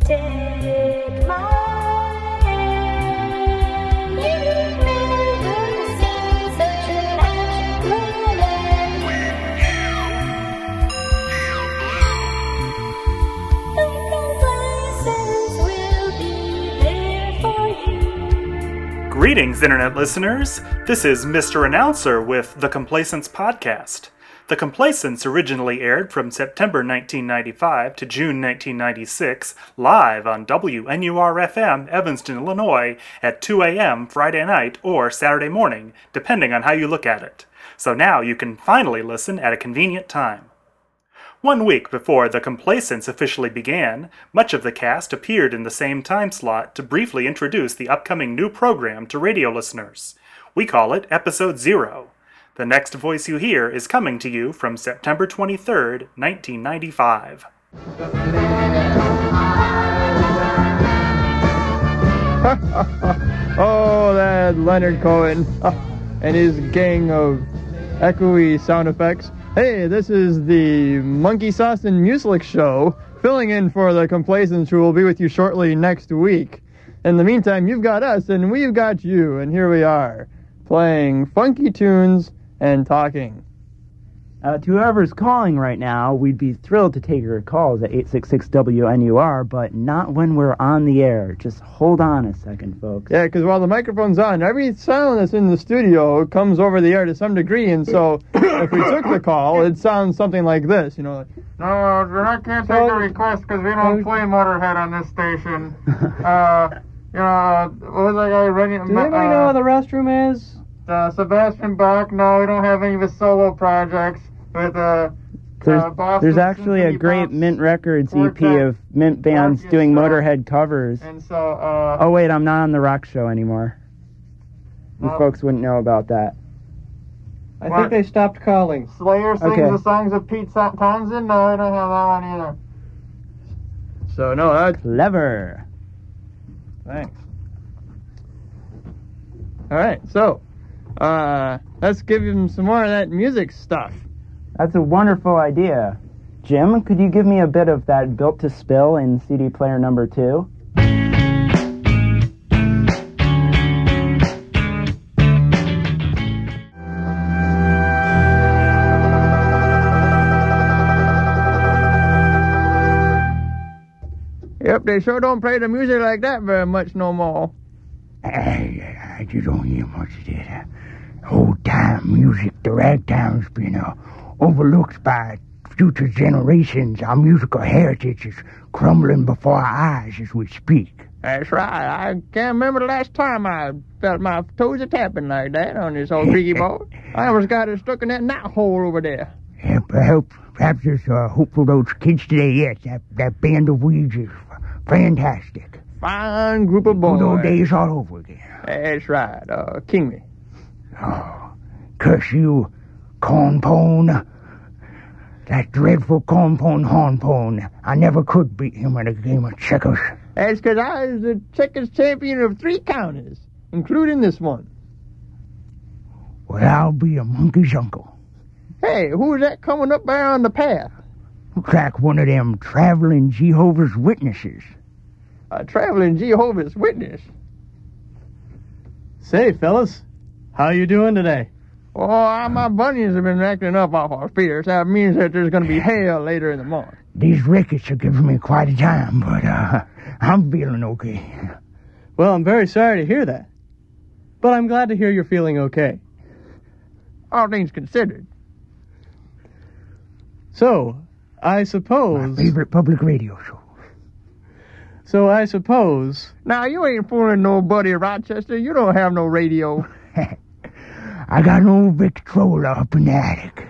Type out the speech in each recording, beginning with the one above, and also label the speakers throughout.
Speaker 1: Take my hand. Remember the season at Moulin. The complacence will be there for you.
Speaker 2: Greetings, Internet listeners. This is Mr. Announcer with the Complacence Podcast. The Complacence originally aired from September 1995 to June 1996 live on WNUR FM, Evanston, Illinois, at 2 a.m. Friday night or Saturday morning, depending on how you look at it. So now you can finally listen at a convenient time. One week before The Complacence officially began, much of the cast appeared in the same time slot to briefly introduce the upcoming new program to radio listeners. We call it Episode Zero. The next voice you hear is coming to you from September 23rd, 1995.
Speaker 3: Oh, that Leonard Cohen uh, and his gang of echoey sound effects. Hey, this is the Monkey Sauce and Muselik Show, filling in for the Complacents, who will be with you shortly next week. In the meantime, you've got us, and we've got you, and here we are, playing funky tunes and talking.
Speaker 4: Uh, to whoever's calling right now, we'd be thrilled to take your calls at 866-WNUR, but not when we're on the air. Just hold on a second, folks.
Speaker 3: Yeah, because while the microphone's on, every sound that's in the studio comes over the air to some degree, and so if we took the call, it sounds something like this, you know, like,
Speaker 5: No, I can't take a request because we don't play Motorhead on this station. Uh, you know, what was that guy running?
Speaker 3: Does anybody know where the restroom is?
Speaker 5: uh, Sebastian Bach? No, we don't have any of his solo projects with uh,
Speaker 4: There's,
Speaker 5: uh, Boston
Speaker 4: there's actually a
Speaker 5: Symphony
Speaker 4: great
Speaker 5: Box.
Speaker 4: Mint Records EP
Speaker 5: Quartet.
Speaker 4: of Mint bands
Speaker 5: Quartet
Speaker 4: doing
Speaker 5: show.
Speaker 4: Motorhead covers.
Speaker 5: And so, uh,
Speaker 4: Oh, wait, I'm not on the rock show anymore. You
Speaker 5: Oh.
Speaker 4: folks wouldn't know about that.
Speaker 3: I
Speaker 5: What?
Speaker 3: think they stopped calling.
Speaker 5: Slayer sings
Speaker 4: okay.
Speaker 5: the songs of Pete Sa- Townsend? No, we don't have that one either.
Speaker 3: So, no, that,
Speaker 4: Clever.
Speaker 3: thanks. All right, so uh, let's give him some more of that music stuff.
Speaker 4: That's a wonderful idea. Jim, could you give me a bit of that Built to Spill in CD player number two?
Speaker 3: Yep, they sure don't play the music like that very much no more.
Speaker 6: I just don't hear much of that. Old time music, the ragtime's been uh, overlooked by future generations. Our musical heritage is crumbling before our eyes as we speak.
Speaker 3: That's right. I can't remember the last time I felt my toes a tapping like that on this old creaky board. I almost got it stuck in that knot hole over there.
Speaker 6: And perhaps, perhaps there's uh, hope for those kids today. Yes, that, that band of weeds is fantastic.
Speaker 3: Fine group of boys.
Speaker 6: Good old days all over again.
Speaker 3: That's right. Uh, King me.
Speaker 6: Oh, curse you, cornpone. That dreadful cornpone hornpone. I never could beat him in a game of checkers.
Speaker 3: That's 'cause I was the checkers champion of three counties, including this one.
Speaker 6: Well, I'll be a monkey's uncle.
Speaker 3: Hey, who's that coming up there on the path?
Speaker 6: Looks like one of them traveling Jehovah's Witnesses.
Speaker 3: A traveling Jehovah's Witness.
Speaker 7: Say, fellas, how you doing today?
Speaker 3: Oh, I- my bunions have been acting up off our fears. That means that there's going to be hail later in the morning.
Speaker 6: These rickets are giving me quite a time, but uh, I'm feeling okay.
Speaker 7: Well, I'm very sorry to hear that, but I'm glad to hear you're feeling okay.
Speaker 3: All things considered.
Speaker 7: So, I suppose.
Speaker 6: Favorite public radio show.
Speaker 7: So I suppose.
Speaker 3: Now, you ain't fooling nobody, Rochester. You don't have no radio.
Speaker 6: I got an old Victrola up in the attic.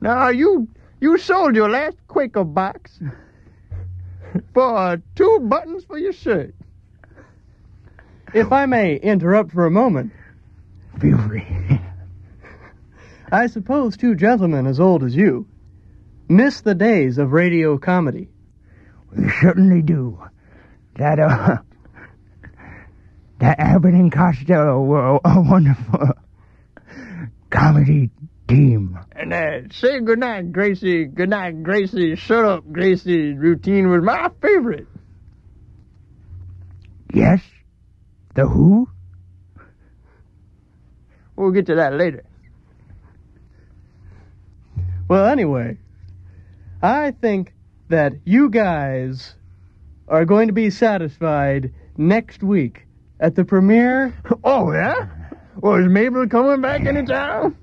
Speaker 3: Now, you you sold your last Quaker box for two buttons for your shirt.
Speaker 7: If I may interrupt for a moment,
Speaker 6: Feel free.
Speaker 7: I suppose two gentlemen as old as you miss the days of radio comedy.
Speaker 6: we certainly do. That, uh, that Abbott and Costello were a wonderful comedy team.
Speaker 5: And uh, say goodnight, Gracie. Goodnight, Gracie. Shut up, Gracie. Routine was my favorite.
Speaker 6: Yes? The who?
Speaker 5: We'll get to that later.
Speaker 3: Well, anyway, I think that you guys are going to be satisfied next week at the premiere.
Speaker 5: Oh, yeah? Well, is Mabel coming back anytime?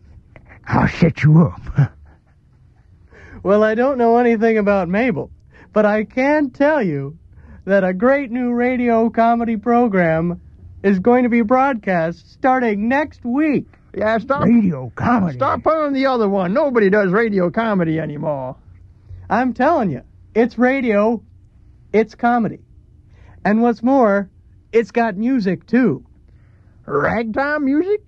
Speaker 6: I'll set you up.
Speaker 3: Well, I don't know anything about Mabel, but I can tell you that a great new radio comedy program is going to be broadcast starting next week.
Speaker 5: Yeah, stop.
Speaker 6: Radio comedy.
Speaker 5: Stop on the other one. Nobody does radio comedy anymore.
Speaker 3: I'm telling you, it's radio, it's comedy. And what's more, it's got music too.
Speaker 5: Ragtime music?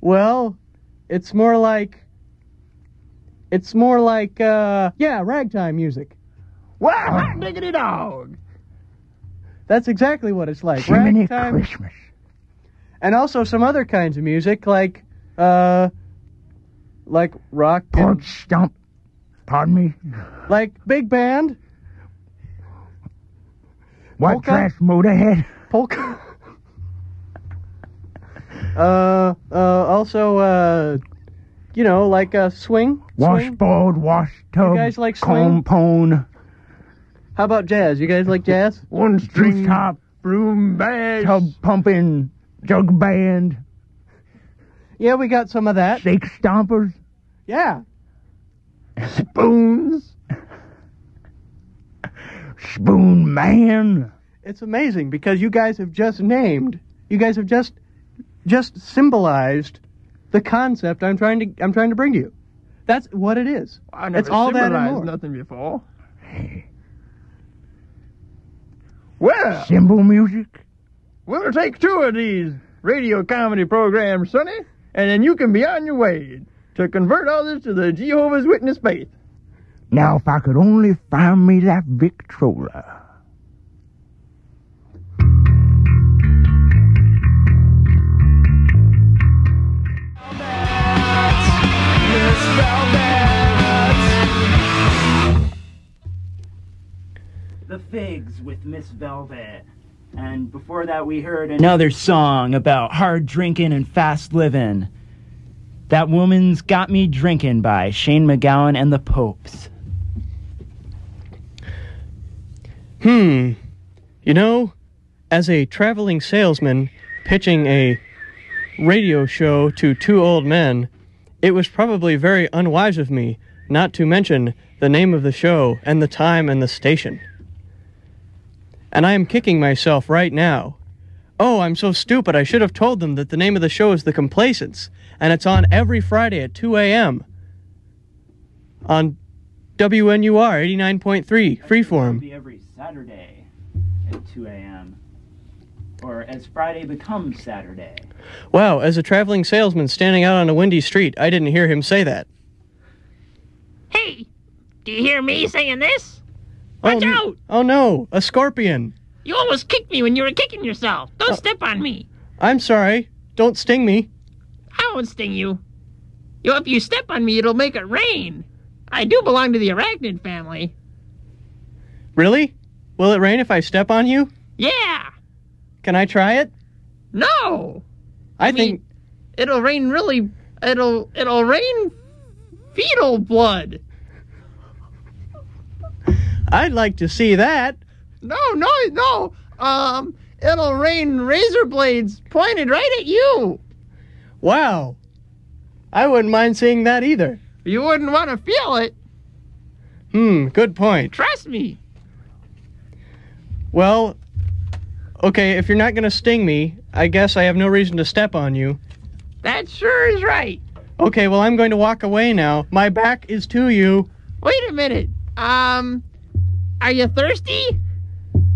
Speaker 3: Well, it's more like it's more like uh yeah, ragtime music.
Speaker 5: Wow, hot diggity dog.
Speaker 3: That's exactly what it's like.
Speaker 6: Jiminy
Speaker 3: Ragtime
Speaker 6: Christmas.
Speaker 3: and also some other kinds of music like uh like rock and,
Speaker 6: Punk stump. Pardon me?
Speaker 3: like big band,
Speaker 6: White
Speaker 3: Polka?
Speaker 6: trash motorhead?
Speaker 3: polka Uh, uh, also, uh, you know, like, uh, swing. swing.
Speaker 6: Washboard, wash tub.
Speaker 3: guys like swing?
Speaker 6: compone,
Speaker 3: How about jazz? You guys like jazz?
Speaker 5: One
Speaker 6: juice
Speaker 5: string,
Speaker 6: top,
Speaker 5: broom, bass.
Speaker 6: tub pumping, jug band,
Speaker 3: Yeah, we got some of that.
Speaker 6: steak stompers.
Speaker 3: Yeah.
Speaker 6: spoons. Spoon man.
Speaker 3: It's amazing because you guys have just named, you guys have just just symbolized the concept I'm trying to I'm trying to bring to you. That's what it is.
Speaker 5: I
Speaker 3: It's all that and
Speaker 5: symbolized
Speaker 3: more.
Speaker 5: nothing before. Well,
Speaker 6: Cymbal music.
Speaker 5: we'll take two of these radio comedy programs, Sonny, and then you can be on your way to convert others to the Jehovah's Witness faith.
Speaker 6: Now, if I could only find me that Victrola.
Speaker 4: The Figs with Miss Velvet. And before that, we heard another song about hard drinking and fast living. That Woman's Got Me Drinking by Shane McGowan and the Popes.
Speaker 3: Hmm. You know, as a traveling salesman pitching a radio show to two old men, it was probably very unwise of me not to mention the name of the show and the time and the station. And I am kicking myself right now. Oh, I'm so stupid. I should have told them that the name of the show is The Complacents, and it's on every Friday at 2 a.m. on WNUR 89.3, freeform.
Speaker 4: be every Saturday at 2 a.m. Or as Friday becomes Saturday.
Speaker 3: Wow, as a traveling salesman standing out on a windy street, I didn't hear him say that.
Speaker 8: Hey, do you hear me saying this?
Speaker 3: oh,
Speaker 8: Watch
Speaker 3: n-
Speaker 8: out!
Speaker 3: Oh no, a scorpion!
Speaker 8: You almost kicked me when you were kicking yourself. Don't step on me.
Speaker 3: I'm sorry, don't sting me.
Speaker 8: I won't sting you. You, if you step on me, it'll make it rain. I do belong to the arachnid family.
Speaker 3: Really? Will it rain if I step on you?
Speaker 8: Yeah.
Speaker 3: Can I try it?
Speaker 8: No.
Speaker 3: I,
Speaker 8: mean-
Speaker 3: think
Speaker 8: It'll rain really. It'll it'll rain fetal blood.
Speaker 3: I'd like to see that.
Speaker 8: No, no, no. Um, it'll rain razor blades pointed right at you.
Speaker 3: Wow. I wouldn't mind seeing that either.
Speaker 8: You wouldn't want to feel it.
Speaker 3: Hmm, good point.
Speaker 8: Trust me.
Speaker 3: Well, okay, if you're not gonna sting me, I guess I have no reason to step on you.
Speaker 8: That sure is right.
Speaker 3: Okay, well, I'm going to walk away now. My back is to you.
Speaker 8: Wait a minute. Um, are you thirsty?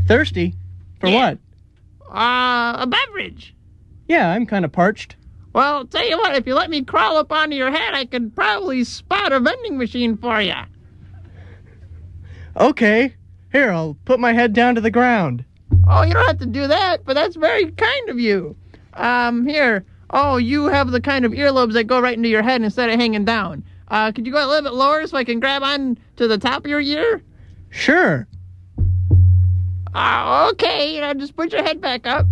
Speaker 3: Thirsty? For
Speaker 8: Yeah.
Speaker 3: what?
Speaker 8: Uh, a beverage.
Speaker 3: Yeah, I'm kind of parched.
Speaker 8: Well, tell you what, if you let me crawl up onto your head, I could probably spot a vending machine for you.
Speaker 3: Okay. Here, I'll put my head down to the ground.
Speaker 8: Oh, you don't have to do that, but that's very kind of you. Um, here.
Speaker 6: Oh, you have the kind of earlobes that go right into your head instead of hanging down. Uh, could you go a little bit lower so I can grab on to the top of your ear?
Speaker 5: Sure.
Speaker 6: Uh, okay, now just put your head back up.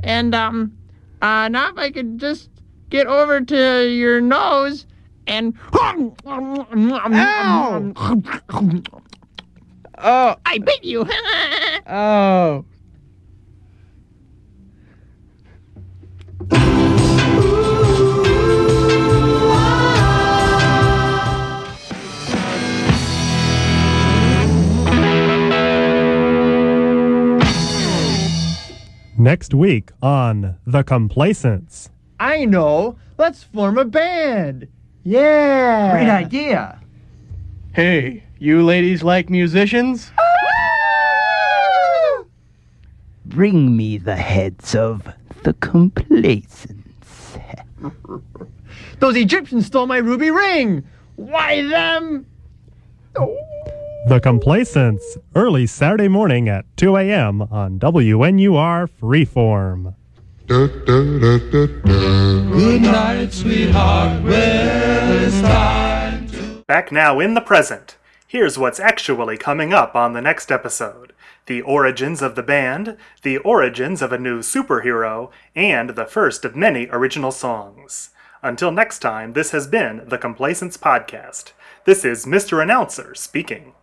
Speaker 6: And um, uh, now if I could just get over to your nose and.
Speaker 5: Oh,
Speaker 6: I bit you!
Speaker 5: oh.
Speaker 2: Next week on The Complacents.
Speaker 3: I know. Let's form a band. Yeah.
Speaker 9: Great idea.
Speaker 5: Hey, you ladies like musicians?
Speaker 4: Bring me the heads of the complacents.
Speaker 3: Those Egyptians stole my ruby ring. Why them?
Speaker 2: The Complacents, early Saturday morning at 2 a.m. on WNUR Freeform. Back now in the present. Here's what's actually coming up on the next episode the origins of the band, the origins of a new superhero, and the first of many original songs. Until next time, this has been the Complacents Podcast. This is Mr. Announcer speaking.